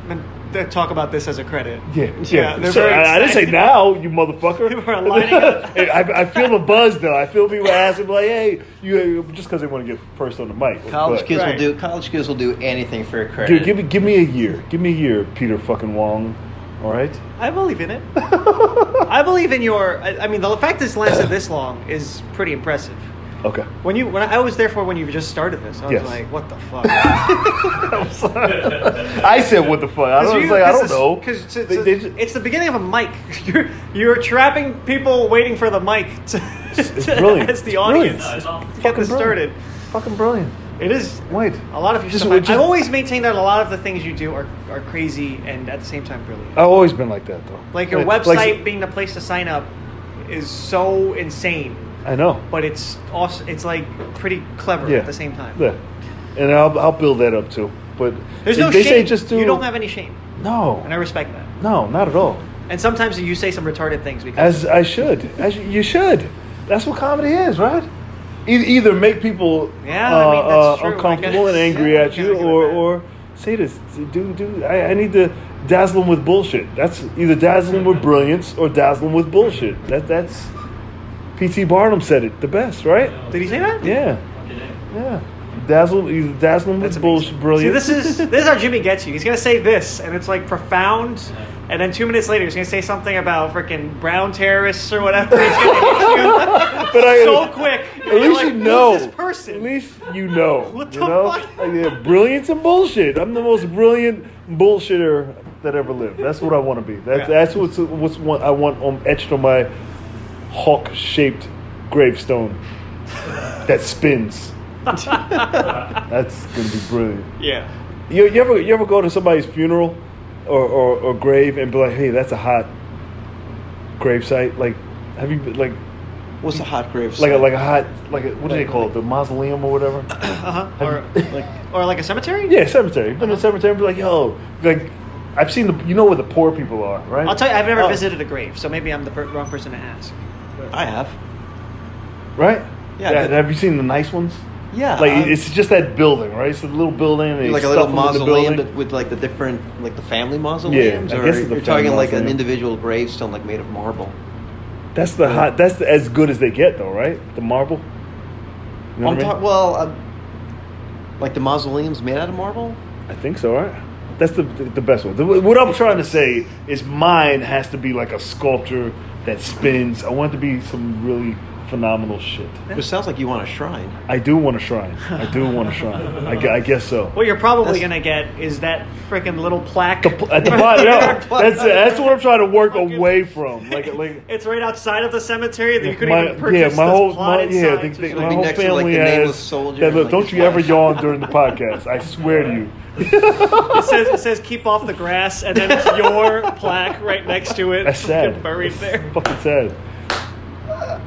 S2: they talk about this as a credit.
S1: Yeah,
S2: yeah. They're
S1: So,
S2: very
S1: I, I didn't say
S2: excited.
S1: now, you motherfucker.
S2: People are
S1: (laughs)
S2: lining up.
S1: I, I feel the buzz though. I feel people asking like, "Hey, you just because they want to get first on the mic."
S4: College
S1: But-
S4: kids
S2: Right.
S4: will do. College kids will do anything for a credit.
S1: dude. Give me, give me a year. Give me a year, Peter fucking Wong. All right.
S2: I believe in it. I believe in your. I, I mean, the fact this lasted this long is pretty impressive.
S1: (laughs) Okay.
S2: When you when I, I was there for when you just started this, I was
S1: Yes.
S2: like, what the
S1: (laughs)
S2: fuck?
S1: I said, "What the fuck?" I was like, "I don't know."
S2: Because it's,
S1: They- they ju-
S2: it's the beginning of a mic. (laughs) You're you're trapping people waiting for the mic to,
S1: it's
S2: (laughs) to-
S1: brilliant.
S2: as the
S1: It's brilliant.
S2: audience.
S1: It's
S2: to Get
S1: fucking
S2: this started.
S1: brilliant. fucking brilliant.
S2: It is
S1: Wait.
S2: a lot of your
S1: Just-
S2: stuff. I-
S1: just-
S2: I've always maintained that a lot of the things you do are, are crazy and at the same time brilliant.
S1: I've always been like that though.
S2: Like your
S1: Like-
S2: website
S1: Oh, like-
S2: being the place to sign up is so insane,
S1: I know.
S2: but it's also it's like pretty clever
S1: Yeah.
S2: at the same time.
S1: Yeah. And I'll, I'll build that up too. But
S2: There's
S1: they,
S2: no
S1: they
S2: shame.
S1: say just do.
S2: You don't have any shame,
S1: No.
S2: and I respect that.
S1: No, not at all.
S2: And sometimes you say some retarded things because
S1: As I should. As you should. That's what comedy is, right? E- either make people
S2: Yeah,
S1: uh,
S2: I mean, that's
S1: uh,
S2: true, I
S1: uncomfortable and
S2: guess.
S1: angry
S2: Yeah,
S1: at you,
S2: kinda give it
S1: or
S2: back.
S1: or say this. Do do. I, I need to dazzle them with bullshit. That's either dazzle them with brilliance or dazzle them with bullshit. That that's. P.T. Barnum said it the best, right?
S2: did he say that?
S1: Yeah, yeah. Dazzle, either dazzle them with bullshit,
S2: See,
S1: brilliance.
S2: this is this is how Jimmy gets you. He's gonna say this, and it's like profound, and then two minutes later he's gonna say something about freaking brown terrorists or whatever. He's gonna hit you
S1: but I,
S2: so quick.
S1: At least you know.
S2: This person.
S1: At least you know.
S2: (laughs) What
S1: you
S2: the
S1: know?
S2: fuck?
S1: Like, yeah, brilliance and bullshit. I'm the most brilliant bullshitter that ever lived. That's what I want to be. That's
S2: Yeah.
S1: that's what's what's one I want on, etched on my hawk shaped gravestone (laughs) that
S2: (laughs)
S1: spins. that's gonna be brilliant.
S2: yeah.
S1: You, you ever you ever go to somebody's funeral or, or, or grave and be like, hey, that's a hot grave site. Like, have you been, like
S4: What's a hot grave?
S1: like a, like a hot like a, what do they call it? The mausoleum or whatever.
S4: (clears throat)
S2: Uh-huh. Or like, or like a cemetery?
S1: Yeah, cemetery. Been to a cemetery and be like, yo, like I've seen the you know where the poor people are, right?
S2: I'll tell you, I've never
S1: Oh,
S2: visited a grave, so maybe I'm the per- wrong person to ask.
S4: I have.
S1: Right?
S4: Yeah, but-
S1: have you seen the nice ones?
S4: Yeah,
S1: Like
S4: I'm-
S1: it's just that building, right? It's a little building. and they
S4: like a
S1: stuff
S4: little
S1: them in the
S4: mausoleum
S1: building.
S4: but with like the different like the family mausoleums
S1: I
S4: or
S1: guess it's the
S4: you're talking
S1: family
S4: like
S1: mausoleum.
S4: an individual gravestone like made of marble
S1: That's the hot. That's the, as good as they get, though, right? The marble. You know
S4: I'm
S1: what I mean?
S4: talk- well uh, like the mausoleums made out of marble
S1: I think so, right? That's the the best one. The, what I'm trying to say is mine has to be like a sculpture that spins. I want it to be some really phenomenal shit.
S4: it sounds like you want a shrine
S1: I do want a shrine. I do want a shrine. I, gu- I guess so.
S2: What you're probably
S4: That's-
S2: gonna get is that freaking little plaque.
S1: The pl- At the bottom,
S2: (laughs)
S1: no, that's that's what I'm trying to work away from. Like like
S2: It's right outside of the cemetery that you couldn't
S1: my,
S2: even purchase
S1: yeah, my
S2: this
S1: whole
S2: plot
S1: my, yeah,
S2: inside
S1: they,
S2: to
S1: they,
S2: just-
S1: my
S4: be
S1: whole
S4: next to, like,
S1: family
S4: the nameless
S1: has.
S4: soldier
S1: that,
S4: and,
S1: look,
S4: like,
S1: don't
S4: his
S1: you ever
S4: wife.
S1: yawn during the podcast? I swear to
S2: (laughs)
S1: you.
S2: (laughs) It says it says keep off the grass, and then it's your plaque right next to it. (laughs)
S1: That's sad.
S2: Get Buried there.
S1: Fucking sad.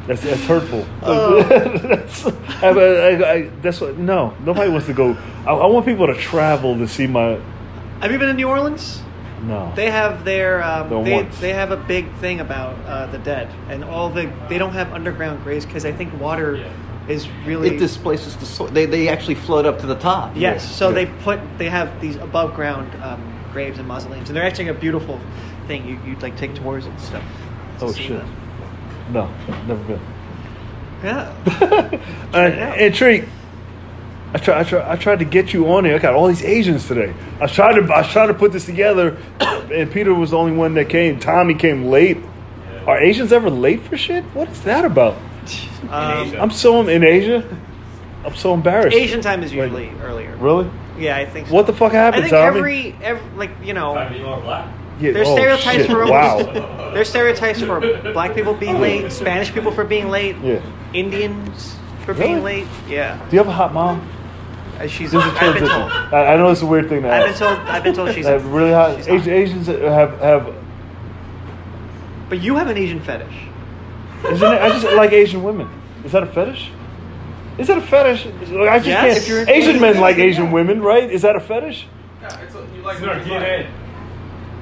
S1: That's, that's hurtful.
S4: (laughs) Oh.
S1: (laughs) that's, I, I, I, that's what. No, nobody wants to go. I, I want people to travel to see my.
S2: Have you been to New Orleans?
S1: No.
S2: They have their um,
S1: The
S2: they,
S1: once.
S2: they have a big thing about uh, the dead and all the they don't have underground graves because I think water is really
S4: it displaces the soil they, they actually float up to the top
S2: Yes,
S1: Yeah,
S2: so
S1: yeah.
S2: they put they have these above ground um, graves and mausoleums, and they're actually a beautiful thing. You you like take tours and stuff. to
S1: oh
S2: see
S1: shit.
S2: them.
S1: No, never been.
S2: Yeah,
S1: Uh, and treat. I try, I try, I tried to get you on here. I got all these Asians today. I tried to, I tried to put this together, (coughs) and Peter was the only one that came. Tommy came late. Are Asians ever late for shit? What is that about?
S2: um,
S1: I'm so in Asia. I'm so embarrassed.
S2: Asian time is usually earlier.
S1: Really?
S2: Yeah, I think. So.
S1: What the fuck happened,
S2: I think
S1: Tommy?
S2: every every like you know.
S5: Be more black.
S1: Yeah,
S2: There's
S1: oh,
S2: stereotypes
S1: shit.
S2: for
S1: wow.
S2: there's stereotypes for black people
S1: (laughs)
S2: being late, Spanish people for being late,
S1: Yeah.
S2: Indians for being
S1: Really?
S2: late. Yeah,
S1: Do you have a hot mom?
S2: Uh, she's.
S1: This is a
S2: I've been
S1: transition.
S2: told.
S1: I, I know it's a weird thing to
S2: I've been
S1: ask.
S2: told. I've been told she's.
S1: That really hot.
S2: she's
S1: Asi- Asians have have.
S2: But you have an Asian fetish.
S1: Isn't it? I just like Asian women. Is that a fetish? Is that a fetish? Like, I just
S2: Yes,
S1: can't.
S2: if you're-
S1: Asian men like Asian women, right? Is that a fetish?
S6: Yeah, it's a, you like
S5: It's in our DNA.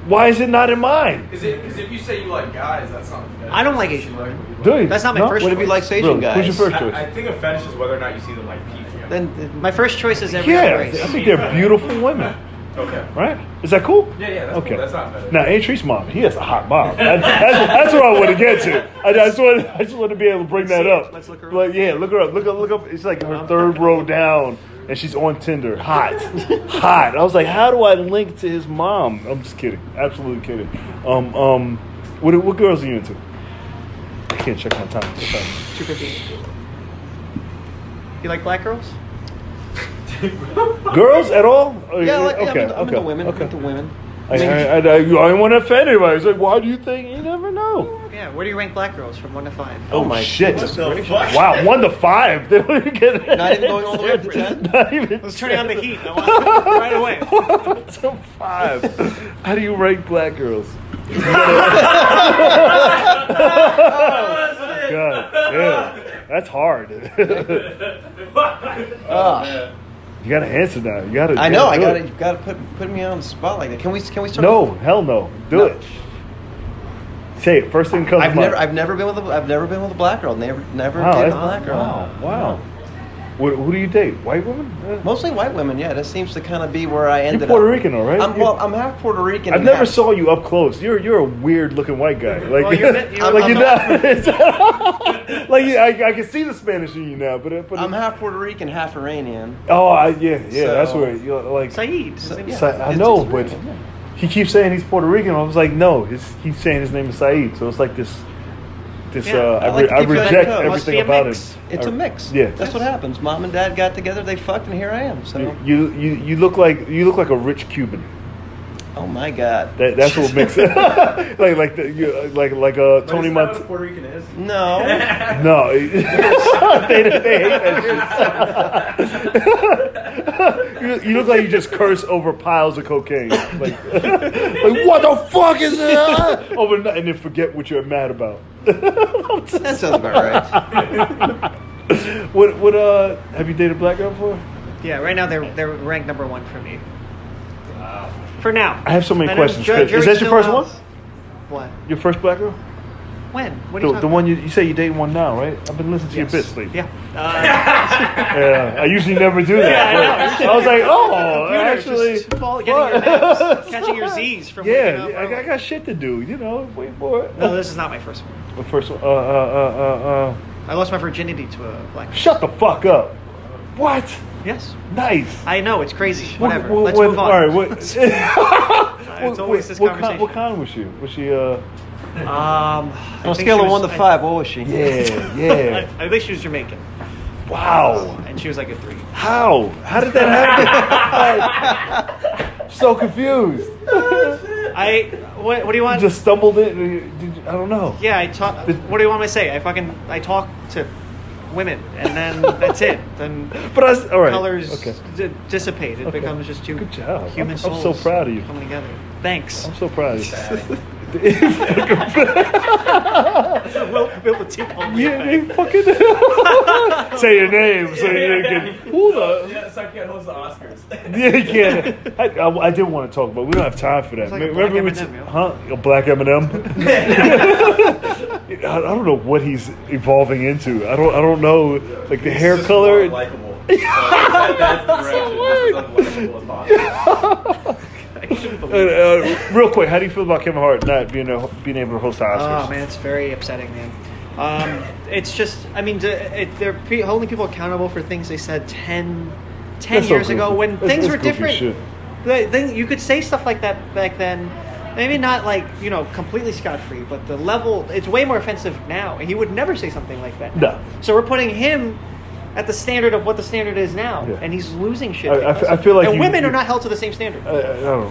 S1: Why is it not in mine?
S6: Because if you say you like guys, that's not. a fetish.
S2: I don't like
S6: It's just
S2: Asian
S6: you
S2: women.
S6: what you
S1: Do you?
S2: That's not my
S1: No?
S2: first
S4: what if you
S2: choice.
S4: like Asian
S1: Really?
S4: guys
S1: Who's your first choice?
S5: I, I think a fetish is whether or not you see them like people.
S4: then
S2: My first choice is every other
S1: yeah,
S2: race.
S1: I think they're beautiful women.
S5: Okay.
S1: Right? Is that cool?
S5: Yeah, yeah, that's cool. That's not bad.
S1: Now, Atri's mom, he has a hot mom. That- that's, that's what I want to get to. I, I just want, I just want to be able to bring that
S2: see
S1: up.
S2: it. Let's look her up.
S1: Like, yeah, look her up. Look up. Look up. It's like
S4: Um,
S1: her third
S4: (laughs)
S1: row down, and she's on Tinder. Hot, hot. I was like, how do I link to his mom? I'm just kidding. Absolutely kidding. Um, um, what what girls are you into? I can't check my time. What time is it?
S2: Two fifteen. You like black girls?
S1: Girls at all? Oh,
S4: yeah, like, yeah, I'm, into, I'm into
S1: okay,
S4: women
S1: okay.
S4: I'm into women
S1: I, I, I, I, didn't want to offend anybody. It's like, why do you think? You never know.
S2: Yeah. Where do you rank black girls from one to five?
S1: Oh, my shit!
S5: What the fuck?
S1: Wow, one to five. (laughs) They don't even get it.
S4: Not even going all the way up to 10?
S1: (laughs) Not even.
S2: Let's turn on the heat.
S1: (laughs)
S2: I want right away.
S1: One to five. How do you rank black
S4: (laughs)
S1: girls? (laughs) God, damn. That's hard. (laughs) you
S5: (laughs)
S4: Ah,
S1: gotta answer now. You gotta.
S4: I
S1: you
S4: know I
S1: do
S4: got to you got to put put me on the spot like that can we can we start
S1: No, hell no. Do
S4: No.
S1: it. Say it. First thing comes.
S4: I've
S1: to mind.
S4: never I've never been with a I've never been with a black girl never never
S1: Wow,
S4: dated a
S1: Oh, that's-
S4: black girl
S1: Wow. Wow. What, who do you date? White women? Eh.
S4: Mostly white women, yeah. That seems to kind of be where I ended
S1: You're Puerto
S4: up.
S1: Rican, though, right?
S4: I'm,
S1: You-
S4: well, I'm half Puerto Rican.
S1: I've
S4: and
S1: never
S4: half-
S1: saw you up close. You're you're a weird looking white guy. Like (laughs)
S2: Well, you're bit- you're-
S1: like
S4: I'm
S1: you're not. (laughs) like you, I, I can see the Spanish in you now, but, it- but it-
S4: I'm half Puerto Rican, half Iranian.
S1: oh I, yeah yeah that's
S4: So-
S1: where you're like.
S2: Saeed. his name is-
S1: Sa- I
S4: it's-
S1: know,
S4: it's
S1: but
S4: Iranian,
S1: he keeps saying he's Puerto Rican. I was like, no, his, he's saying his name is Saeed. So it's like this. This
S2: Yeah,
S1: uh,
S4: I
S1: I,
S4: like
S1: re-
S4: to
S1: I
S4: keep you on
S1: reject
S4: your toes. Must
S1: everything
S2: be a
S1: about
S2: mix.
S1: him.
S4: It's
S1: I-
S4: a mix.
S1: Yeah,
S4: that's what happens. Mom and dad got together, they fucked, and here I am. So
S1: You, you you look like you look like a rich Cuban.
S4: Oh my god.
S1: That, that's what makes it (laughs) like like the, you, like like uh,
S5: But
S1: Tony
S5: isn't that what
S1: Mont.
S5: Puerto Rican is.
S4: (laughs) No.
S1: No, (laughs) they, they hate that shit. you, you look like you just curse over piles of cocaine. Like, (laughs) like what the fuck is that? Over no- and then forget what you're mad about. (laughs)
S4: That sounds about right.
S1: What what uh? Have you dated a black girl before?
S2: Yeah, right now they're they're ranked number one for me. For now.
S1: I have so many
S2: I know
S1: questions.
S2: Jer-
S1: Is
S2: Jerry's
S1: that your
S2: still
S1: first
S2: out.
S1: one?
S2: What?
S1: Your first black girl?
S2: When? What
S1: The,
S2: are you
S1: the
S2: talking
S1: one you, you say you date one now, right? I've been listening to
S2: Yes.
S1: your bits lately.
S2: Yeah. (laughs) Uh,
S1: Yeah, I usually never do that.
S2: Yeah,
S1: but I, was like, oh,
S2: computer,
S1: actually,
S2: just fall- getting your naps, catching your Z's from
S1: (laughs) yeah,
S2: waking up.
S1: I, I got shit to do. You know, wait for it.
S2: no, Oh, this is not my first one.
S1: The first one. Uh, uh, uh, uh,
S2: I lost my virginity to a black.
S1: uh. Shut the fuck up. What?
S2: Yes,
S1: Nice.
S2: I know it's crazy. Whatever.
S1: What-
S2: Let's
S1: what-
S2: move on.
S1: All right.
S2: (laughs)
S1: What, (laughs) what,
S2: always this
S1: what
S2: conversation.
S1: Con, what con was she? Was she? Uh,
S2: Um,
S4: On a scale of one to
S2: (laughs)
S4: five, what was she?
S1: yeah,
S2: I,
S1: yeah.
S2: I think she was Jamaican,
S1: wow.
S2: and she was like a three.
S1: How? How did that happen? (laughs) I'm so confused.
S2: Oh, I. What, what do you
S1: You
S2: want?
S1: just stumbled in. or you- Did you, I don't know.
S2: yeah, I talk. What do you want me to say? I fucking I talk to women, and then that's it. Then
S1: But I was all right.
S2: colors
S1: Okay.
S2: d- dissipate. It
S1: Okay.
S2: becomes just two
S1: Good job.
S2: human
S1: I'm- I'm
S2: souls.
S1: so proud of you.
S2: Coming together. Thanks.
S1: I'm so proud. of you. (laughs)
S2: (laughs) Will, Will the team hold me
S1: Yeah,
S2: back.
S1: they fucking say your name. So you can, who the?
S5: Yeah, so I can't host the Oscars.
S1: Yeah, you can't. I, I, I did want to talk, but we don't have time for that.
S2: like a
S1: Remember,
S2: black
S1: we
S2: M&M,
S1: t-
S2: yo.
S1: huh? A black
S2: (laughs)
S1: Eminem. (laughs) I, I don't know what he's evolving into. I don't. I don't know. Like (laughs) the hair color.
S5: Likable. That's the direction. Just as unlikable as possible.
S2: I shouldn't
S1: Uh,
S2: believe it.
S1: uh, real quick, how do you feel about Kevin Hart not being a, being able to host the Oscars?
S2: Oh man, it's very upsetting, man. Um, it's just, I mean, d- it, they're pre- holding people accountable for things they said 10, 10
S1: That's so
S2: years ago
S1: goofy.
S2: when
S1: That's-
S2: things
S1: that's
S2: were
S1: goofy
S2: different.
S1: shit.
S2: Th- Then you could say stuff like that back then. Maybe not like you know completely scot free, but the level it's way more offensive now. And he would never say something like that.
S1: No.
S2: So we're putting him at the standard of what the standard is now,
S1: Yeah.
S2: and he's losing shit.
S1: I- I f-
S2: because
S1: I
S2: of it.
S1: feel like Uh,
S2: and
S1: you-
S2: women
S1: you-
S2: are not held to the same standard.
S1: I, I don't know.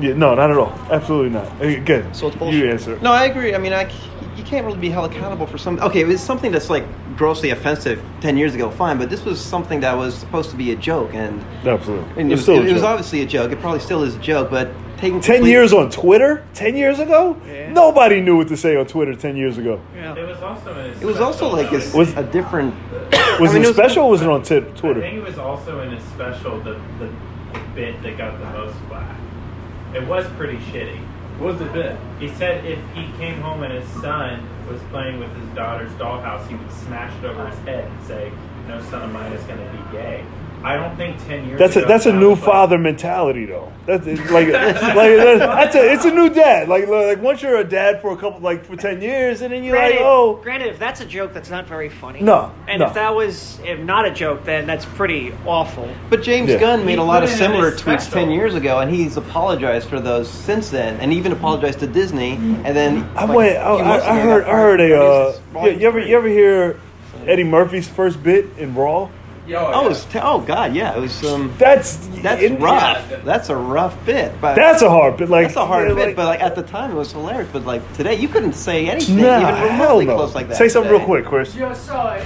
S1: Yeah, no, not at all. Absolutely not. Again,
S2: So it's bullshit.
S1: you answer.
S4: No, I agree. I mean, I, c- you can't really be held accountable for something. Okay, it was something that's like grossly offensive 10 years ago, fine, but this was something that was supposed to be a joke. And,
S1: absolutely.
S4: and it,
S1: It's
S4: was,
S1: still a
S4: it, was
S1: joke.
S4: obviously a joke. It probably still is a joke, but taking.
S1: 10 years on Twitter? 10 years ago?
S2: Yeah.
S1: Nobody knew what to say on Twitter 10 years ago.
S5: It
S2: Yeah.
S5: was also an
S4: It was also like a, s-
S1: Was-
S4: a different.
S1: Was
S4: I mean,
S1: it
S4: it was-
S1: special or was it on t-
S5: I
S1: Twitter?
S5: think it was also in his special the, the, the bit that got the most flack. It was pretty shitty. What was the bit? He said if he came home and his son was playing with his daughter's dollhouse, he would smash it over his head and say, "No son of mine is going to be gay." I don't think ten years.
S1: That's a
S5: ago,
S1: that's a
S5: that
S1: new
S5: was like-
S1: father mentality though. That's it's like (laughs) like that's a, it's a new dad. Like like once you're a dad for a couple like for ten years and then you're
S2: Granted,
S1: like oh
S2: granted, if that's a joke, that's not very funny.
S1: No,
S2: And
S1: no.
S2: if that was if not a joke, then that's pretty awful.
S4: But James
S1: Yeah.
S4: Gunn made
S5: He
S4: a lot of
S5: put it in
S4: similar
S5: his
S4: tweets
S5: special.
S4: 10 years ago, and he's apologized for those since then, and even apologized to Disney, and then.
S1: I
S4: like,
S1: went
S4: a
S1: I,
S4: few months
S1: I, I
S4: ago,
S1: heard
S4: got
S1: I heard
S4: fired.
S1: a uh,
S4: Wrong
S1: yeah, you ever
S4: tweet.
S1: you ever hear Eddie Murphy's first bit in Raw?
S6: Yo, yeah.
S4: Oh, it was te- oh, God, yeah. It was. Um,
S1: That's
S4: that's
S1: in-
S4: rough. That's a rough bit. But
S1: That's a hard bit. Like
S4: That's a hard
S1: yeah,
S4: bit,
S1: like-
S4: but like at the time it was hilarious. But like today, you couldn't say anything
S1: nah,
S4: even
S1: hell
S4: remotely
S1: no.
S4: close like that.
S1: Say something
S4: today.
S1: real quick, Chris.
S6: Yo, so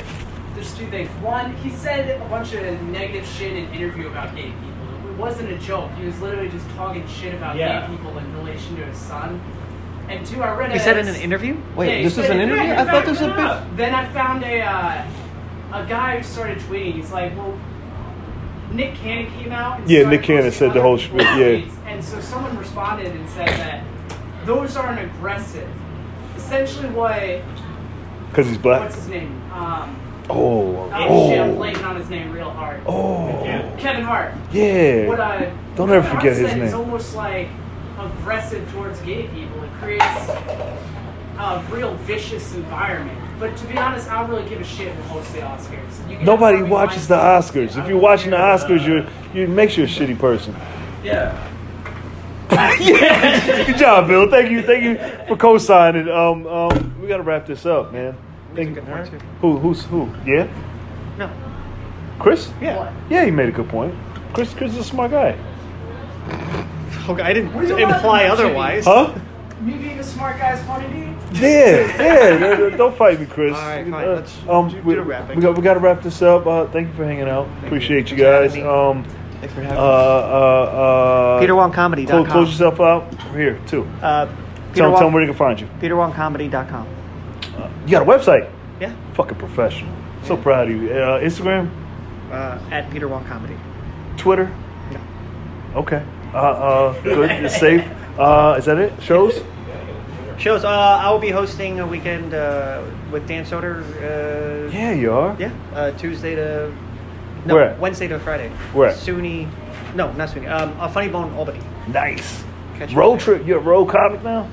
S6: there's two things. One, he said a bunch of negative shit in an interview about gay people. It wasn't a joke. He was literally just talking shit about
S5: Yeah.
S6: gay people in relation to his son. And two, I read
S2: He
S6: a-
S2: said in an interview.
S4: Wait,
S6: Yeah, he
S4: this is
S6: said
S4: an
S6: it-
S4: interview?
S6: yeah,
S4: I thought this was a
S5: back it up.
S4: big.
S6: Then I found a uh, a guy who started tweeting. He's like, well, Nick Cannon came out. And
S1: Yeah,
S6: started
S1: Nick Cannon
S6: posting
S1: said the
S6: other
S1: whole shit,
S6: people's
S1: yeah.
S6: tweets. And so someone responded and said that those aren't aggressive. Essentially, what
S1: Because he's black.
S6: what's his name? Um,
S1: Oh,
S6: oh, shit, I'm
S1: oh,
S6: blanking on his name real hard.
S1: oh,
S6: Kevin Hart.
S1: yeah.
S6: What I
S1: Don't
S6: what
S1: ever
S6: I
S1: forget his
S6: said
S1: name.
S6: Is almost like aggressive towards gay people. It creates a real vicious environment. But to be honest, I don't really give a shit who hosts the Oscars. You can
S1: Nobody
S6: have
S1: watches the
S6: my-
S1: Oscars.
S6: I
S1: If
S6: don't
S1: you're watching the
S6: care.
S1: Oscars, you're you makes you a shitty person.
S6: yeah.
S1: (laughs) yeah. Good job, Bill. Thank you. Thank you for co-signing. Um, um, we gotta wrap this up, man. Thank
S2: good point, too.
S1: Who? Who's who? Yeah,
S2: No. (laughs)
S1: Chris.
S2: Yeah.
S1: Yeah, he made a good point. Chris. Chris is a smart guy.
S2: Okay, I didn't
S6: What do you want
S2: imply
S6: from Jimmy?
S2: otherwise.
S1: Huh?
S6: Me being a smart guy is funny to you?
S1: Yeah, yeah. no, no, Don't fight me, Chris.
S2: All right,
S1: You
S2: fine,
S1: know,
S2: let's
S1: um,
S2: do- do
S1: we,
S2: the wrapping.
S1: we got we got to wrap this up. Uh, thank you for hanging out. Appreciate you,
S4: Thanks for
S1: guys.
S4: having me.
S1: Um,
S4: Thanks for
S1: uh,
S4: having me.
S1: uh, uh,
S2: PeterWongComedy.com.
S1: Close, close yourself out. We're here too.
S2: Uh,
S1: Tell,
S2: Peter
S1: tell them where
S2: Wong,
S1: they can find you.
S2: PeterWongComedy.com.
S1: You got a website.
S2: Yeah,
S1: Fucking professional. So proud of you. Uh, Instagram,
S2: uh, at Peter Wong Comedy.
S1: Twitter.
S2: Yeah.
S1: Okay. Uh, uh, good. It's safe. Uh, is that it?
S2: (laughs)
S1: Shows.
S2: Shows. Uh, I will be hosting a weekend uh, with Dan Soder. Uh,
S1: Yeah, you are.
S2: Yeah, uh, Tuesday to no
S1: Where at?
S2: Wednesday to Friday.
S1: Where at?
S2: SUNY, no, not SUNY. Um, a Funny Bone Albany.
S1: Nice.
S2: Catch you
S1: road
S2: later.
S1: trip. You're a road comic now.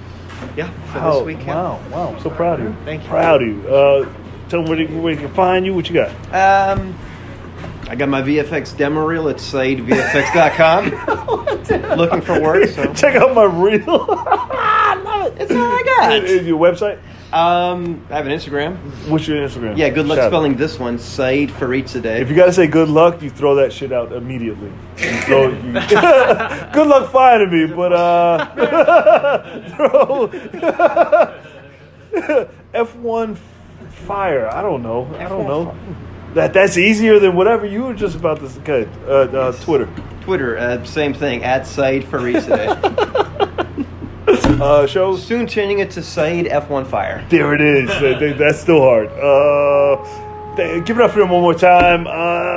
S2: Yeah, for
S1: Wow,
S2: this weekend.
S1: Oh, wow, wow. I'm so proud of you.
S2: Thank you.
S1: Proud of you. Uh, tell them where they, where they can find you. What you got?
S4: Um, I got my VFX demo reel at (laughs) saidvfx.com. Looking for work. So.
S1: (laughs) Check out my reel.
S4: (laughs)
S1: I love it.
S4: That's all I got.
S1: (laughs) Is your website?
S4: Um, I have an Instagram.
S1: What's your Instagram?
S4: Yeah, good luck
S1: Shout out.
S4: spelling this one. Said Farid
S1: If
S4: today.
S1: you gotta say good luck, you throw that shit out immediately. You
S4: (laughs)
S1: throw, you, (laughs) good luck finding me, but uh, (laughs) throw F one fire. I don't know. I don't know. That that's easier than whatever you were just about to say. Okay, uh, uh, Twitter.
S4: Twitter, uh, same thing. At Said Farid today.
S1: Uh, shows.
S4: Soon changing it to Said F1 Fire.
S1: There it is. That- that- That's still hard. Uh, th- give it up for him one more time. Uh,